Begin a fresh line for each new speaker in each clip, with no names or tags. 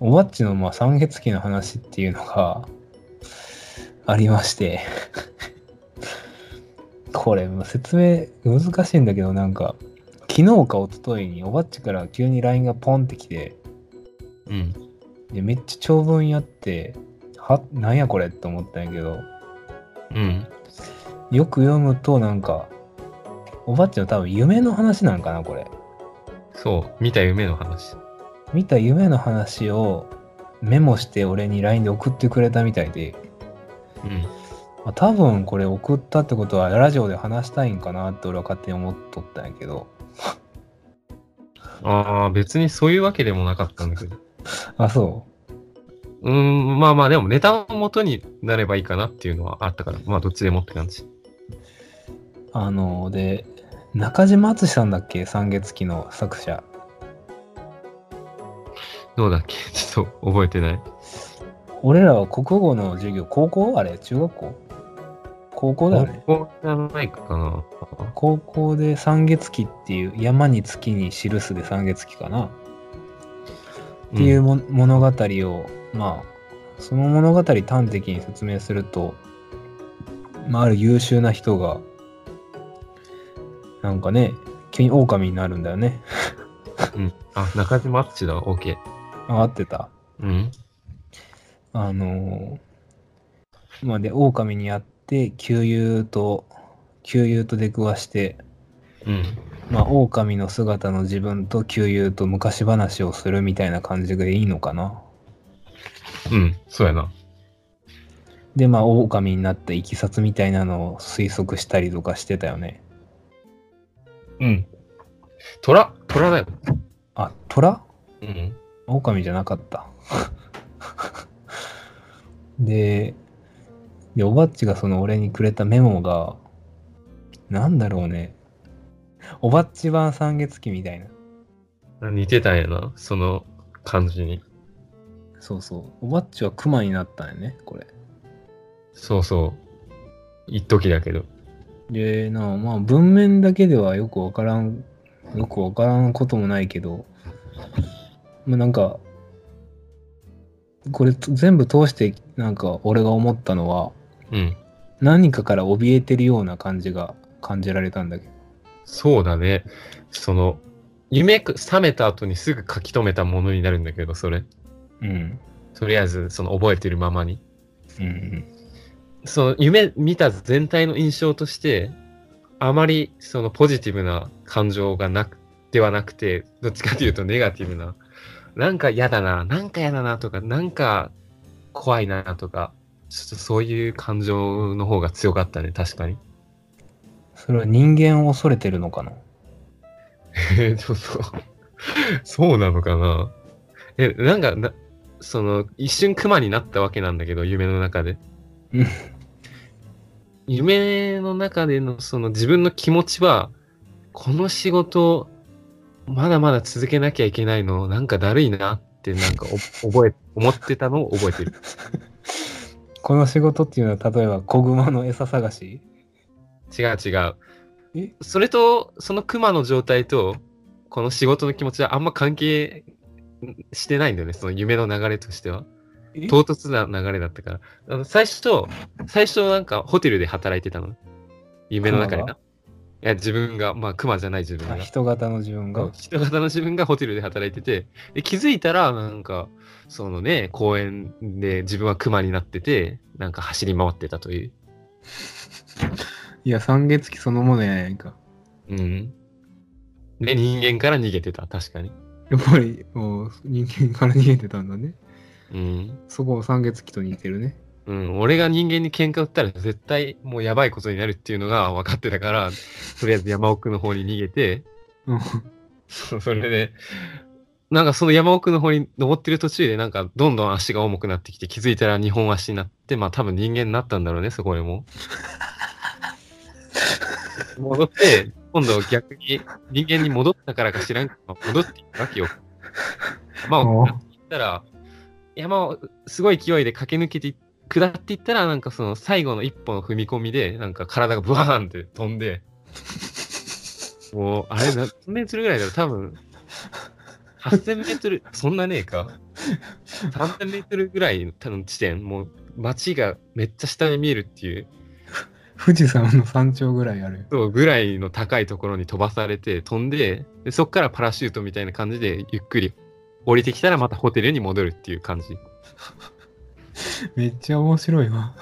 おばっちのまあ三月期の話っていうのがありましてこれもう説明難しいんだけどなんか昨日か一昨日におばっちから急に LINE がポンってきて
うん。
でめっちゃ長文やってはなんやこれって思ったんやけど
うん。
よく読むとなんかおばっちの多分夢の話なんかなこれ
そう。見た夢の話。
見た夢の話をメモして俺に LINE で送ってくれたみたいで
うん。
まあ、多分これ送ったってことはラジオで話したいんかなって俺は勝手に思っとったんやけど
ああ、別にそういうわけでもなかったんだけど。
あそう
ーん、まあまあ、でもネタを元になればいいかなっていうのはあったから、まあどっちでもって感じ。
うあので中島敦さんだっけ三月期の作者
どうだっけ ちょっと覚えてない。
俺らは国語の授業高校あれ中学校高校だよね
ここじゃないかな。
高校で三月期っていう山に月に記すで三月期かなっていう
うん。
も、物語をまあその物語端的に説明すると、まあ、ある優秀な人がなんかね急に狼になるんだよね
うん、あ、中島敦だわ。OK。
あ合ってた
うん。
あのーまあで狼にあって旧友と旧友と出くわして
うん。
まあ狼の姿の自分と旧友と昔話をするみたいな感じでいいのかな
うん。そうやな。
でまあ狼になったいきさつみたいなのを推測したりとかしてたよね
うん。虎虎だよ。
あ虎
うん。
狼じゃなかった ででおばっちがその俺にくれたメモがなんだろうねおばっち版三月期みたいな
似てたんやな。その感じに。
そうそうおばっちは熊になったんやねこれ
そうそう。一時だけど。
でなあまあ文面だけではよくわからんよくわからんこともないけどまあなんかこれと全部通してなんか俺が思ったのは
うん。
何かから怯えてるような感じが感じられたんだけど
そうだね。その、夢く覚めた後にすぐ書き留めたものになるんだけど、それ。
うん
とりあえず、その覚えてるままに。
うん
その夢見た全体の印象として、あまりそのポジティブな感情がなく、ではなくて、どっちかというとネガティブな、なんか嫌だな、なんか嫌だなとか、なんか怖いなとか、ちょっとそういう感情の方が強かったね、確かに。
それは人間を恐れてるのかな
えー、ちょっと、そうなのかなえ、なんかな、その、一瞬クマになったわけなんだけど、夢の中で
うん。
夢の中でのその自分の気持ちは、この仕事、まだまだ続けなきゃいけないの、なんかだるいなって、なんかお 覚え、思ってたのを覚えてる。
この仕事っていうのは例えば子熊の餌探し
違う違う。
え
それと、そのクマの状態と、この仕事の気持ちはあんま関係んしてないんだよね、その夢の流れとしては。
え
唐突な流れだったから。あの最初、最初なんかホテルで働いてたの。夢の中で
クマ
な。いや、自分が、まあ、クマじゃない自分
あ
が。
人型の自分が
人型の自分がホテルで働いててで気づいたらなんかそのね公園で自分はクマになっててなんか走り回ってたという
いや三月期そのものやないか
うん。で、人間から逃げてた、確かに。
やっぱりもう人間から逃げてたんだね
うん。
そこも三月期と似てるね。
うん、俺が人間に喧嘩売ったら絶対もうやばいことになるっていうのが分かってたから、とりあえず山奥の方に逃げて、
うん。
そそれで、なんかその山奥の方に登ってる途中でなんかどんどん足が重くなってきて気づいたら二本足になって、まあ多分人間になったんだろうね、そこでも。戻って、今度逆に人間に戻ったからか知らんけど、戻っていくわけよ。まあ、
おう
行ったら山をすごい勢いで駆け抜けて下っていったらなんかその最後の一歩の踏み込みでなんか体がブワーンって飛んでもうあれ何メートルぐらいだろう多分8000メートルそんなねえか3 0メートルぐらいの多分地点、もう街がめっちゃ下に見えるっていう、
富士山の山頂ぐらいある。
そうぐらいの高いところに飛ばされて飛んでで、そっからパラシュートみたいな感じでゆっくり降りてきたらまたホテルに戻るっていう感じ。
めっちゃ面白いわ。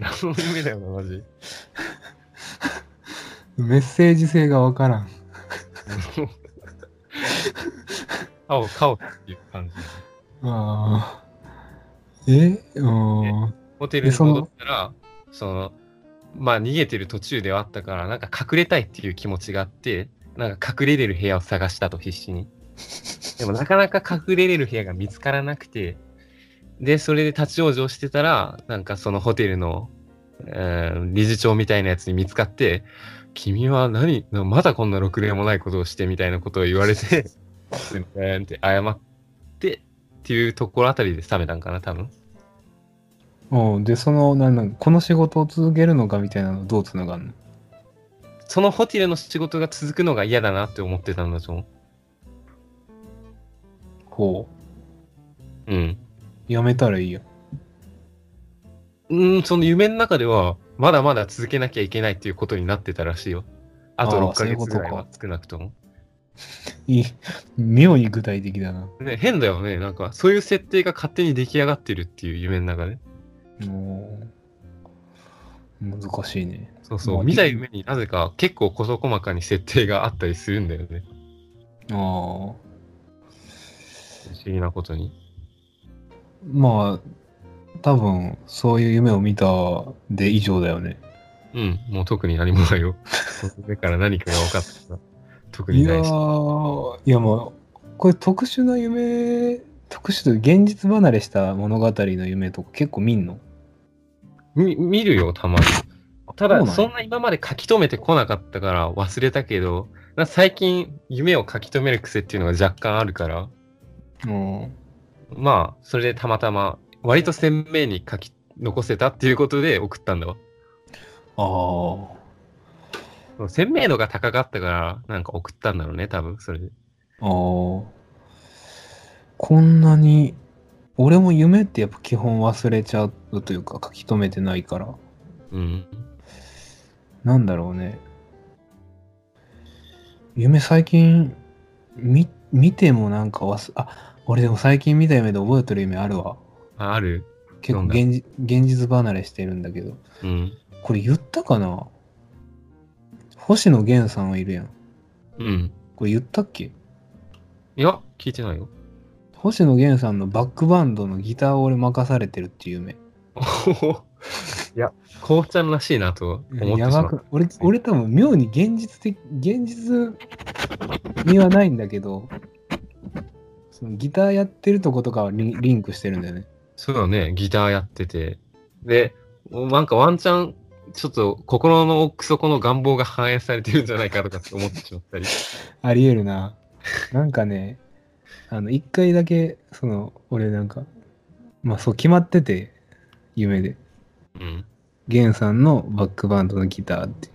何の夢だよな、マジ。
メッセージ性がわからん。
カオ、カオっていう感じ。
ああ。えうん。
ホテルに戻ったら、その、まあ逃げてる途中ではあったから、なんか隠れたいっていう気持ちがあって、なんか隠れれる部屋を探したと必死に。でもなかなか隠れれる部屋が見つからなくて、で、それで立ち往生してたら、なんかそのホテルの、えー理事長みたいなやつに見つかって、君は何、まだこんなろくでもないことをしてみたいなことを言われて、 すいませんって謝ってっていうところあたりで冷めたんかな、多分。
うん、で、その、なんなん、この仕事を続けるのかみたいなのどうつながんの
そのホテルの仕事が続くのが嫌だなって思ってたんだと思
こ
う。うん。
う、やめたらいいよ。
うん、その夢の中では、まだまだ続けなきゃいけないっていうことになってたらしいよ。あと
あー
6ヶ
そういうこ
月
とか
ぐらいは少なくとも。
いい、妙に具体的だな。
ね、変だよね。なんか、そういう設定が勝手に出来上がってるっていう夢の中で。
もう、難しいね。
そう
ま
そ
あ
う。見た夢になぜか結構事細かに設定があったりするんだよね。
ああ。
不思議なことに。
まあ、多分、そういう夢を見たで以上だよね。
うん、もう特に何もな いよ。夢から何かが分かった。特
い
に
や
ないし。
ー、いやもう、これ特殊な夢、特殊というか現実離れした物語の夢とか結構見んの
み見るよ、たまに。た
そう
だ、
なんや
そんな今まで書き留めてこなかったから忘れたけど、なんか最近夢を書き留める癖っていうのが若干あるから、
うん。
まあ、それでたまたま、割と鮮明に書き残せたっていうことで送ったんだわ。
ああ。
その鮮明度が高かったから、なんか送ったんだろうね、多分、それで。
ああ。こんなに、俺も夢ってやっぱ基本忘れちゃうというか書き留めてないから、
うん。
なんだろうね。夢最近、み、見てもなんか忘、あ、俺でも最近見た夢で覚えてる夢あるわ。
あある。
結構
どんな
現実現実離れしてるんだけど。
うん。
これ言ったかな星野源さんはいるやん。
うん。
これ言ったっけ
いや、聞いてな いよ。
星野源さんのバックバンドのギターを俺任されてるっていう夢。
おほほいや、こうちゃんらしいなと思ってし
や
ま
ば
った
く。俺、俺多分妙に現実的、現実にはないんだけど、そのギターやってるとことかはリリンクしてるんだよね。
そうだね、ギターやってて。で、なんかワンチャン、ちょっと心の奥底の願望が反映されてるんじゃないかとかって思ってしまっ たり。
ありえるな。なんかね、あの、一回だけ、その、俺なんか、まあそう決まってて、夢で。
うん。
源さんのバックバンドのギターって。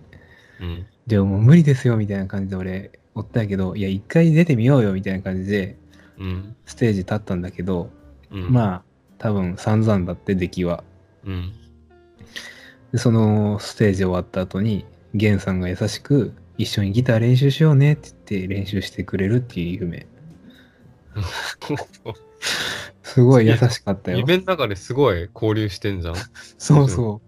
うん。
でももう無理ですよみたいな感じで俺おったんやけどいや一回出てみようよみたいな感じで
うん。
ステージ立ったんだけど、
うん。あ。
まあ多分散々だって出来は
うん。
でそのステージ終わった後に源さんが優しく「一緒にギター練習しようね」って言って練習してくれるっていう夢すごい優しかったよ
夢の中ですごい交流してんじゃん。
そうそ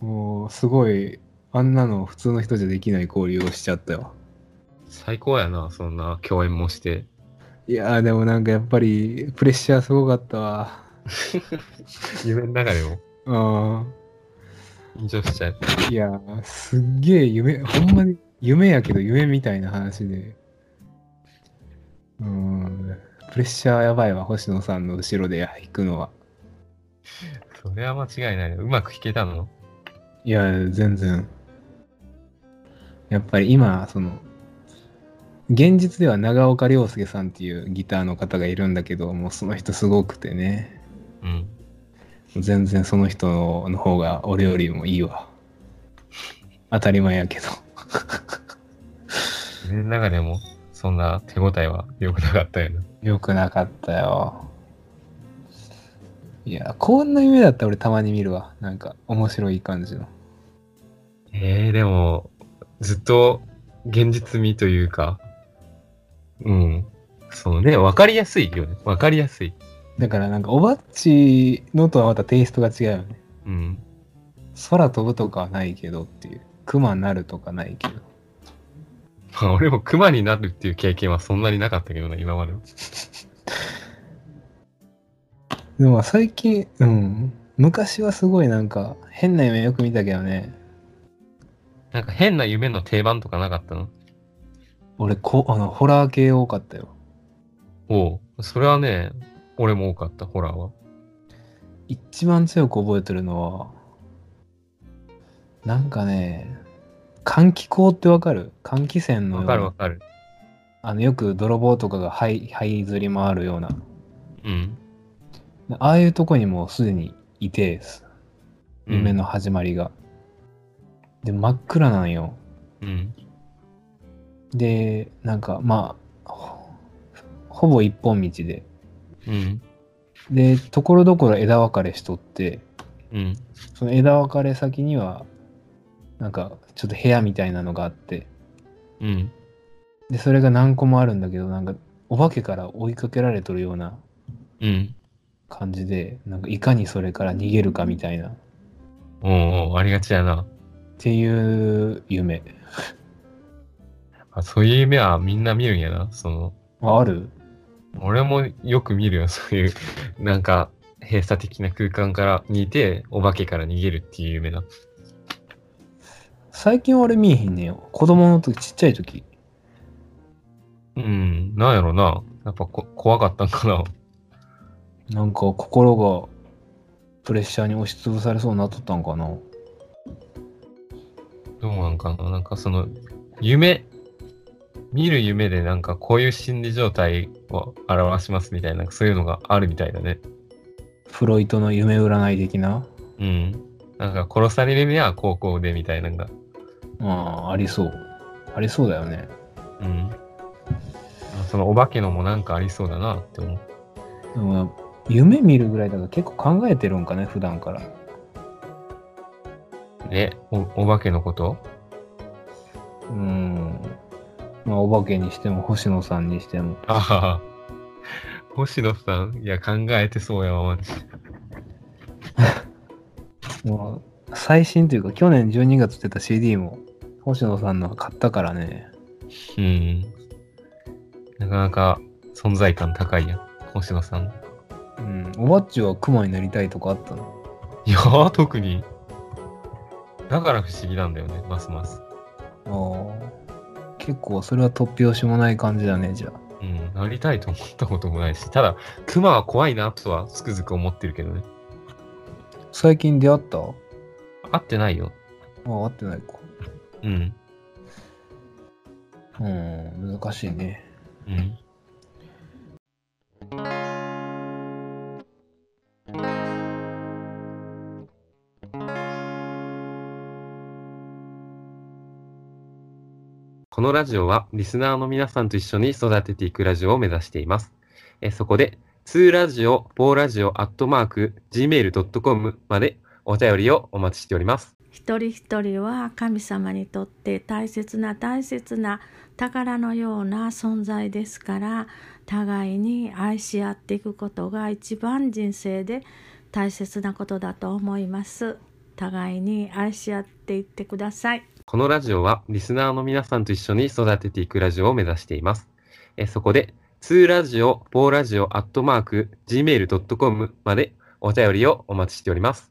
うもうすごいあんなの普通の人じゃできない交流をしちゃったよ
最高やな、そんな共演もして。
いやーでもなんかやっぱりプレッシャーすごかったわ
夢の中でも
うん
緊張しちゃう。
いやー、すっげえ夢、ほんまに夢やけど夢みたいな話で。うーん、プレッシャーやばいわ、星野さんの後ろで弾くのは。
それは間違いないね。うまく弾けたの
いやー、全然。やっぱり今、その、現実では長岡亮介さんっていうギターの方がいるんだけど、もうその人すごくてね、
うん。
全然その人の方が俺よりもいいわ。当たり前やけど。
夢の中でも、そんな手応えは良くなかったよな。
よくなかったよ。いや、こんな夢だったら俺たまに見るわ。なんか面白い感じの。
えー、でも、ずっと現実味というか、うん。そうね、わかりやすいよね。わかりやすい。
だからなんかおばっちのとはまたテイストが違うよね。
うん。
空飛ぶとかはないけどっていう。熊になるとかないけど。
まあ、俺も熊になるっていう経験はそんなになかったけどな、今までは。
でもまあ最近、うん。昔はすごいなんか変な夢よく見たけどね。
なんか変な夢の定番とかなかったの
俺こ、あの、ホラー系多かったよ。
おう。それはね、俺も多かった、ホラーは。
一番強く覚えてるのは、なんかね、換気口ってわかる換気扇のよ
わ
う
か
な
るわかる。
あのよく泥棒とかがはいはいずり回るような
うん。
ああいうとこにもうすでにいて
うん
夢の。始まりが、で真っ暗なんよ
うん。
でなんかまあほほぼ一本道で
うん。
でところどころ枝分かれしとって
うん。
その枝分かれ先にはなんかちょっと部屋みたいなのがあって
うん。
でそれが何個もあるんだけどなんかお化けから追いかけられとるような
うん。
感じでなんかいかにそれから逃げるかみたいな
おうおうありがちやな。
っていう夢
あそういう夢はみんな見るんやな。その、
あある
俺もよく見るよ。 そういう、なんか、閉鎖的な空間からにいて、お化けから逃げるっていう夢だ。
最近俺見えへんねんよ子供の時ちっちゃい時
うん。なんやろな。やっぱこ怖かったんかな。
なんか心がプレッシャーに押しつぶされそうになっとったんかな
どうなんかな。なんかその、夢、見る夢でなんかこういう心理状態を表しますみたいな、そういうのがあるみたいだね。
フロイトの夢占い的な
うん。なんか殺される夢は高校でみたいなのが。
ああありそうありそうだよね
うん。そのお化けのもなんかありそうだなって思う。
でも夢見るぐらいだから結構考えてるんかね普段から
え、おお化けのこと
うんまあお化けにしても星野さんにしても
ああ。 星野さん、いや、考えてそうやわ、マジ
もう最新というか去年12月出た CD も星野さんの買ったからね
うん。なかなか存在感高いやん、星野さん。
うんおばっちは熊になりたいとかあったの
いやー、特に。だから不思議なんだよね、ますます。
ああ結構それは突拍子もない感じだねじゃあ
うん、なりたいと思ったこともないし、ただ、熊は怖いなとはつくづく思ってるけどね。
最近出会ったあ
合ってないよ。
あ会ってないか
うん。
うん難しいね
うん。このラジオはリスナーの皆さんと一緒に育てていくラジオを目指しています。えそこで、2ラジオ、4ラジオ、アットマーク、gmail.com までお便りをお待ちしております。
一人一人は神様にとって大切な大切な宝のような存在ですから互いに愛し合っていくことが一番人生で大切なことだと思います互いに愛し合っていってください
このラジオはリスナーの皆さんと一緒に育てていくラジオを目指しています。えそこで、2ラジオ、4ラジオ、アットマーク、gmail.com までお便りをお待ちしております。